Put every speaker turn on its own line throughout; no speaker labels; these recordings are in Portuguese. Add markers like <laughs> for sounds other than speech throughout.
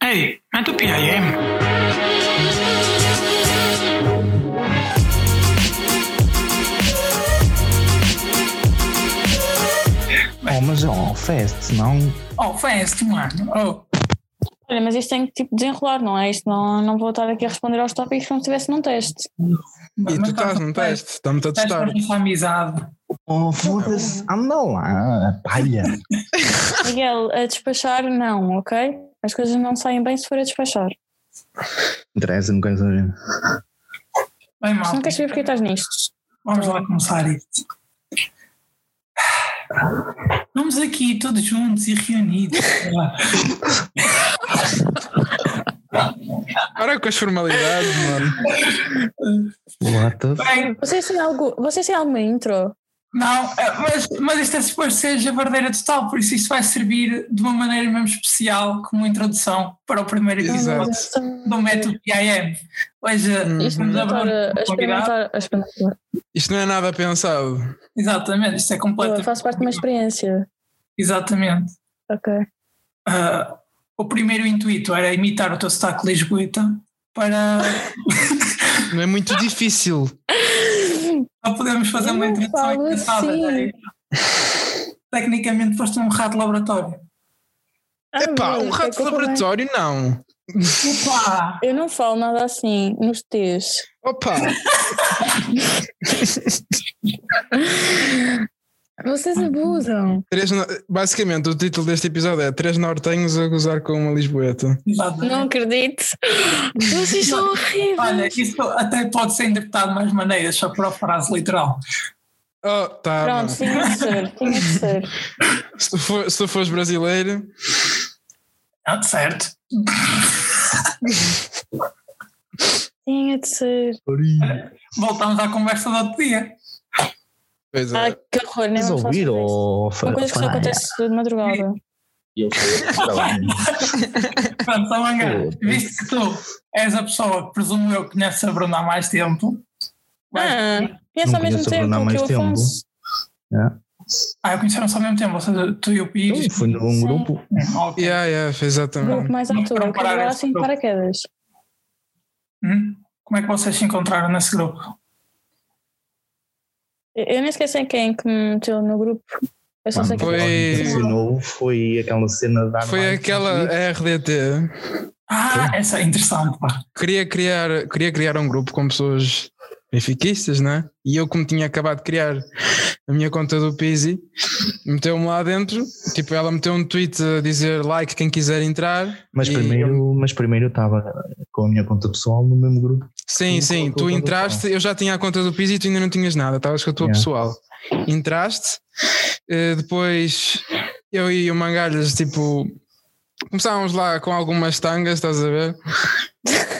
Hey, I do PIM.
Oh, mas ó, fast, não.
Oh, fast, mano. Oh,
Olha, mas isto tem que tipo, desenrolar, não é? Isto não, não vou estar aqui a responder aos tópicos como se estivesse num teste.
E
tá
tu estás num teste, estamos a
Estás
testar.
com amizade.
Oh, foda-se, anda lá, <laughs> palha.
Miguel, a despachar, não, ok? As coisas não saem bem se for a despachar.
Interessa, não quero saber.
Bem,
Se
mal.
não queres saber porque estás nisto.
Vamos lá começar isto. Vamos aqui todos juntos e
<laughs>
reunidos.
Para com as formalidades, mano.
What the f-
Bem,
Vocês têm, algo, vocês têm alguma intro?
Não, é, mas, mas isto é suposto ser a verdadeira total, por isso isto vai servir de uma maneira mesmo especial como introdução para o primeiro episódio
Exato. Hum.
do método PIM. Hoje
Isto
vamos
é estar
abordar um
a, a
convidado.
experimentar. A experimentar.
Isto não é nada pensado.
Exatamente, isto é
Eu
completo.
faço parte de uma experiência.
Exatamente.
Ok.
Ah, o primeiro intuito era imitar o teu sotaque lisboeta para,
Não é muito difícil.
para podermos fazer
Eu
uma
não
introdução
falo
engraçada.
assim.
não é? Tecnicamente foste um rato de laboratório.
Ah,
Epá,
meu
um
Deus,
rato de
é que eu também-
laboratório, não.
Opa!
Eu não falo nada assim nos T's.
Opa!
Vocês abusam.
Três no- Basicamente, o título deste episódio é Três Nortenhos a gozar com uma Lisboeta.
Exatamente.
Não
<laughs>
acredito. Vocês são horríveis.
Olha, isso até pode ser interpretado de mais maneiras, só para a frase literal.
Oh, tá. mano.
Pronto, tinha de ser, tinha de ser.
Se, tu for- se tu fores brasileiro,
Ah, certo.
Tinha de ser.
Voltamos à conversa do outro dia.
pois
Ah,
é.
que horror, nem
Mas
vamos falar sobre
ouvir
isso.
ou. é.
São coisas que só acontecem de madrugada. <laughs>
Pronto, Samanga, visto que tu és a pessoa que presumo eu que conheces a Bruna há mais tempo. Vai-
Ah, pensa ao
Não
mesmo
conheço a Bruna há
tempo que
mais
o
tempo.
Afonso.
Ah, conheceram-se ao mesmo tempo, ou seja, tu e o Pires.
Foi num
Sim.
grupo.
Ok.
Yeah, yeah, foi
Grupo
exatamente.
um mais à
Vamos
toa, que
comparar
agora
esse
assim de
grupo.
paraquedas.
Hum? Como é que vocês se encontraram nesse grupo?
Eu eu nem esqueci quem é que me meteu no grupo. Eu só sei que é
Foi-
Funcionou, foi aquela cena da.
Foi aquela eh, RDT.
Ah, essa é interessante, pá.
Queria criar, queria criar um grupo com pessoas benfiquistas, né? E eu, como tinha acabado de criar a minha conta do Pizzi, meteu-me lá dentro. Tipo, ela meteu um tweet a dizer like quem quiser entrar.
Mas
E-
primeiro, mas primeiro eu estava com a minha conta pessoal no mesmo grupo.
Sim,
Com-
sim,
com-
tu
com- com-
entraste, eu já tinha a conta do Pizzi e tu ainda não tinhas nada, estavas com a tua
Yeah.
pessoal. Entraste, eh, depois eu e o Mangalhas, tipo, começávamos lá com algumas tangas, estás
<laughs>
a ver?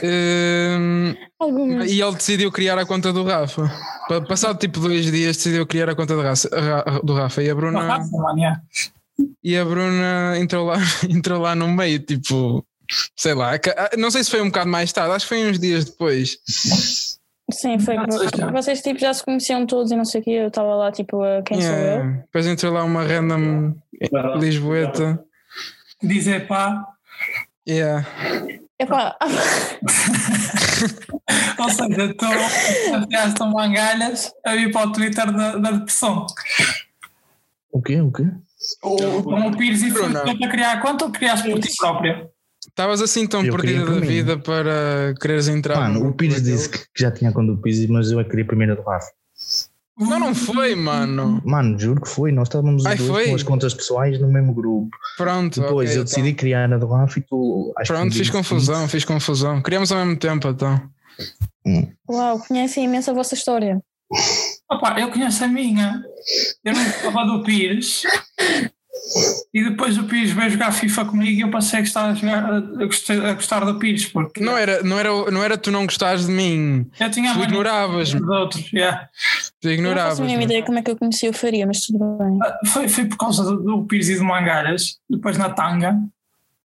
Ehm,
Algumas.
e ele decidiu criar a conta do Rafa. Pa- Passado tipo dois dias, decidiu criar a conta do Rafa, Ra- do Rafa e a
Uma
Bruna,
raça, mano, yeah.
e a Bruna entrou, lá, <laughs> entrou lá no meio, tipo, sei lá, ca- não sei se foi um bocado mais tarde, acho que foi uns dias depois.
Sim, foi.
Ah,
que-
já.
Vocês tipo, já se conheciam todos e não sei o quê. Eu estava lá tipo, a quem sou eu?
Yeah. Depois entrou lá uma random Lisboeta.
Dizer pá,
Yeah.
Epá, <laughs>
ou seja, tu enfiaste um mangalhas a ir para o Twitter da, da depressão.
O quê? O quê?
Oh,
Ou como o um Pires e foi
Bruna.
para criar a conta ou criaste por ti própria?
Estavas assim tão
Eu queria para
perdida da
mim.
vida para quereres entrar.
Mano,
no
o Pires
grupo
disse que que já tinha a conta do Pires, mas eu é que queria primeiro a do Rafa.
daquele. Não, não foi, mano.
Mano, juro que foi. Nós estávamos os
Ai,
dois
foi?
com as contas pessoais no mesmo grupo.
Pronto.
Depois
ok,
eu decidi criar a do Rafa e tu. acho que um
Então. Pronto,
me
fiz
disse
confusão, fiz confusão. Criamos ao mesmo tempo, então.
uau, conhecem imenso a vossa história.
Opa, eu conheço a minha. Eu não gostava do Pires. E depois o Pires veio jogar FIFA comigo e eu passei a gostar, de jogar- a gostar, a gostar do Pires, porque
Não é era, não, era, não era tu não gostares de mim.
eu tinha
Tu
mais
ignoravas-me.
dos outros. yeah.
Tu
Eu não
ignoravas.
faço
né?
a mínima ideia como é que eu conheci o Faria, mas tudo bem.
Ah, Foi, foi por causa do, do Pires e do Mangalhas, depois na tanga.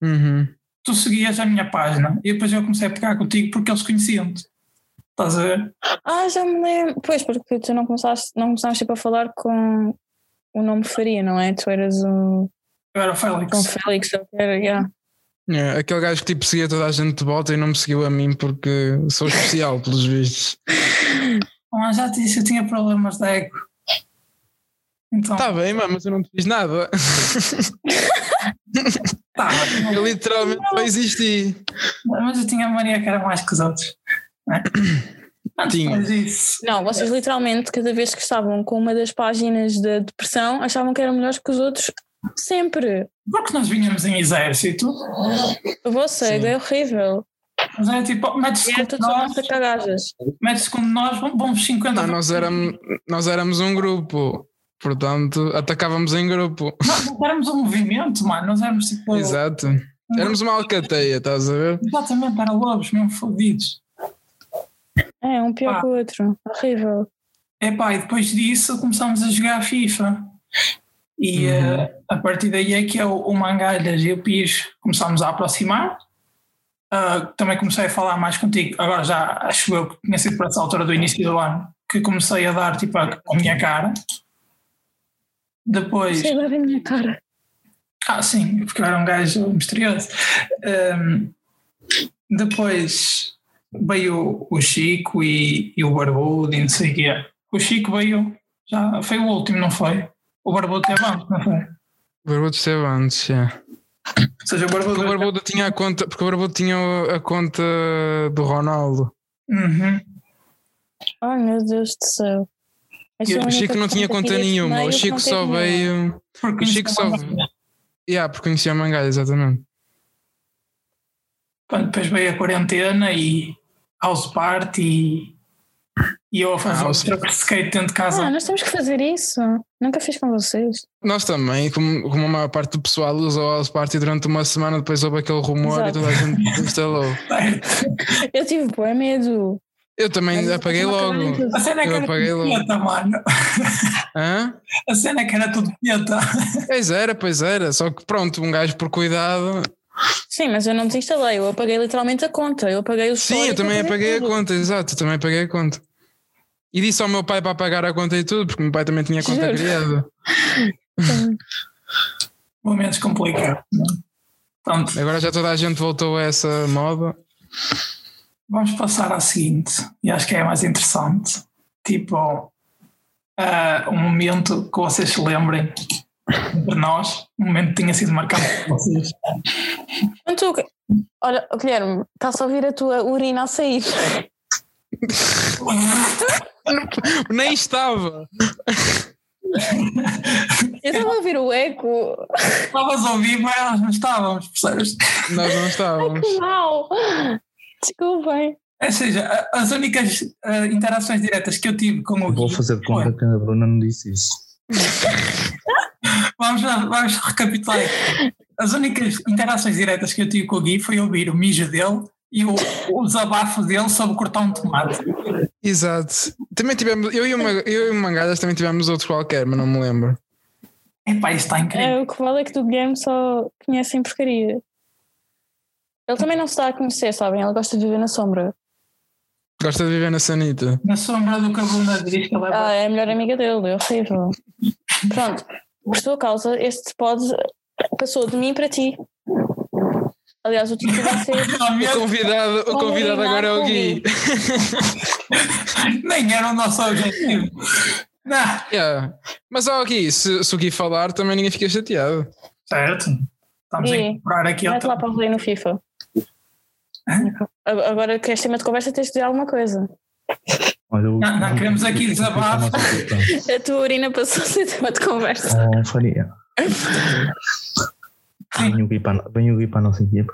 Uhum.
Tu seguias a minha página e depois eu comecei a pegar contigo porque eles conheciam-te. Estás a ver?
Ah, já me lembro. Pois, porque tu não começaste, não começaste tipo, a falar com o nome Faria, não é? Tu eras o
Eu era o
João
Félix.
Félix, eu era, yeah.
É, aquele gajo que tipo seguia toda a gente de volta e não me seguiu a mim porque sou especial, pelos <laughs> vistos.
Mas Ah, já te disse, eu tinha problemas de ego. Então,
Está Tá bem, mano, mas eu não te fiz nada.
tá, mas-
<laughs> Eu literalmente não existi.
mas eu tinha a mania que era mais que os outros.
<coughs>
não é? Antes
Tinha.
de isso,
Não, vocês
É.
literalmente, cada vez que estavam com uma das páginas da depressão, achavam que eram melhores que os outros. Sempre.
porque nós vinhamos em exército,
O vosso
Sim.
ego é horrível.
mas era tipo, ó,
E
mete-se
era
com
tudo só
nós,
massa cagajas.
mete-se com nós, vamos 50.
Não, nós, éramos, nós éramos um grupo, portanto, atacávamos em grupo.
Nós não éramos um movimento, mano, nós éramos
Oh.
tipo.
Exato.
um-
Éramos uma alcateia, estás a ver?
Exatamente, era lobos, mesmo fodidos.
É, um pior
Pá.
que o outro. Horrível.
Epá, e depois disso começámos a jogar FIFA. E
Uhum.
eh, a partir daí é que eu, o Mangalhas e o Pires começámos a aproximar. Ah, também comecei a falar mais contigo. Agora já acho eu que tinha sido para essa altura do início do ano que comecei a dar tipo a, a minha cara. Depois.
Sei lá, vem a minha cara.
Ah, sim, porque eu era um gajo misterioso. Ahm, depois veio o Chico e, e o Barbudo e não sei o quê. O Chico veio, já foi o último, não foi? O Barbudo teve antes, não foi? Ou
O Barbudo esteve antes, é.
seja, o Barbudo...
Porque o Barbudo tinha a conta, porque o Barbudo tinha a conta do Ronaldo.
Uhum.
Ai meu Deus do céu. Essa é a
O
única
Chico não tinha
conta que
conta
deste
nenhuma,
meio
o
que
Chico
não
só
teve nenhuma.
veio.
Porque
O Chico
isso é uma
só-
merda.
Yeah, porque conhecia a Mangalha, exatamente.
Pronto, depois veio a quarentena e house party e, e eu a fazer
Ah, House-
outra skate dentro de
Ah,
casa.
nós temos que fazer isso. Nunca fiz com vocês.
Nós também, como, como a maior parte do pessoal usa o House Party durante uma semana, depois houve aquele rumor
Exato.
e toda a gente instalou.
Eu tive bem medo.
Eu
<laughs>
também
Mas eu
apaguei
estou-me a
logo.
cagar em tudo.
A cena é que
Eu
era
apaguei
tudo
logo.
pieta, mano.
Hã?
A cena é que era tudo pieta.
Pois era, pois era. Só que pronto, um gajo por cuidado.
Sim, mas eu não desinstalei. Eu apaguei literalmente a conta. Eu apaguei o
Sim, eu também apaguei a
tudo.
conta, exato, eu também apaguei a conta. E disse ao meu pai para apagar a conta e tudo, porque o meu pai também tinha a conta
Juro.
criada.
Sim.
Momentos complicados. não é? Pronto,
Agora já toda a gente voltou a essa moda.
Vamos passar à seguinte, e acho que é a mais interessante. Tipo, ah, um momento que vocês se lembrem entre nós, um momento que tenha sido marcado por vocês.
Então, tu- Olha, Guilherme, está-se a ouvir a tua urina a
<laughs>
sair.
Nem estava.
Eu estava a ouvir o eco.
Estavas a ouvir, mas nós não estávamos, percebes?
Nós não estávamos.
Que mal. Desculpem.
Ou seja, a- as únicas ah, interações diretas que eu tive com o
Vou
Gui-
fazer de conta que a Bruna não disse isso.
Vamos, lá- vamos recapitular. aqui. As únicas interações diretas que eu tive com o Gui foi ouvir o mijo dele e o, o desabafo dele sobre cortar um tomate.
Exato. Também tivemos, eu e, o Ma- eu e o Mangadas também tivemos outro qualquer, mas não me lembro.
Epá, isto está incrível.
É, o que vale é que do Guilherme só conhecem porcaria. Ele também não se dá a conhecer, sabem? Ele gosta de viver na sombra.
Gosta de viver na Sanita.
Na sombra do Cabuna diz que ele é
Ah, é a melhor amiga dele, é horrível. Pronto, por sua causa, este pode passou de mim para ti. Aliás, o título vai
<laughs>
ser
O
Realmente,
convidado, o convidado agora é o Gui.
nem era o nosso objetivo. Não.
Yeah. Mas ó, Gui, se, se o Gui falar, também ninguém fica chateado.
Certo. Estamos a
E?
incorporar aqui
Mete lá
outra.
para o no FIFA. A- Agora, queres tema de conversa, tens de dizer alguma coisa.
Olha, eu-
Não, não queremos aqui
eu- eu-
desabafo.
A tua urina passou a ser tema de conversa.
Oh, faria. Vem o Gui para- vem o Gui para a nossa equipa.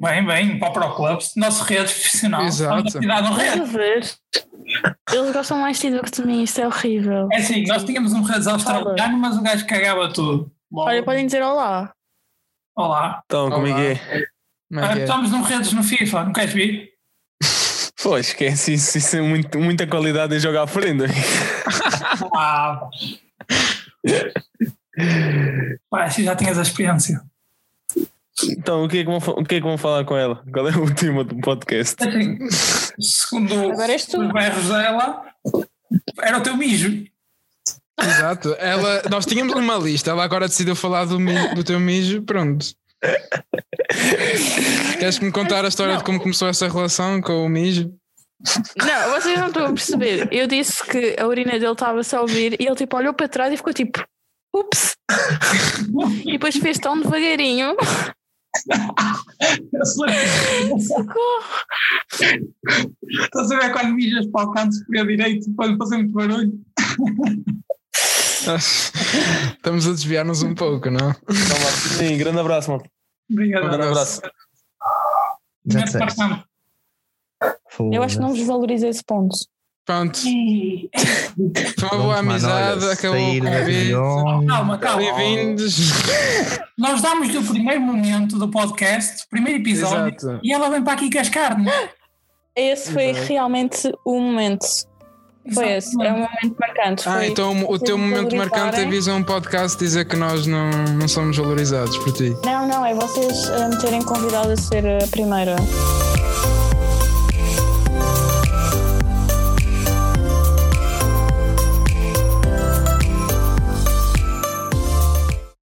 Bem, bem, para o Pro Clubs, nosso rede profissional.
Exato.
Estamos a tirar um
Estás a
rede.
ver? Eles gostam mais de ti do que de mim, isto é horrível.
É assim, nós tínhamos um rede australiano, mas o gajo cagava tudo. Logo,
Olha, podem dizer olá.
Olá.
Então, como é
Olá.
que é?
Como é
Ah,
que é?
Estamos num redes no FIFA, não queres vir?
Pô, esquece isso, isso é muito- muita qualidade em jogar à frente.
Ah. Parece que já tinhas a experiência.
Então, o que, é que vão, fa- o que é que vão falar com ela? Qual é o tema do podcast?
Assim, segundo
Agora és tu.
os berros dela, era o teu mijo.
Exato. Ela, nós tínhamos uma lista, ela agora decidiu falar do, mi- do teu mijo, pronto. Queres que me contar a história de como começou essa relação com o Mijo?
Não, vocês não estão a perceber. Eu disse que a urina dele estava-se a ouvir e ele tipo olhou para trás e ficou tipo, ups! E depois fez tão devagarinho. Socorro!
Estás a ver quando mijas para o canto superior direito pode fazer muito barulho?
Estamos a desviar-nos um pouco, não?
Então, vá. Sim, grande abraço, mano.
Obrigado.
Grande abraço.
Já
Mete para
disseste.
campo.
Eu acho que não desvalorizei esse ponto.
Pronto,
Ei, ei,
foi uma boa amizade, acabou o convite.
Calma, calma.
Bem-vindos.
Nós damos-lhe o primeiro momento do podcast, primeiro episódio,
Exato.
e ela vem para aqui cascar, não é?
Esse foi realmente o momento. Foi esse. É um momento marcante.
Ah,
foi-
então o teu momento marcante avisa um podcast dizer que nós não, não somos valorizados por ti.
Não, não, é vocês eh, me terem convidado a ser a primeira.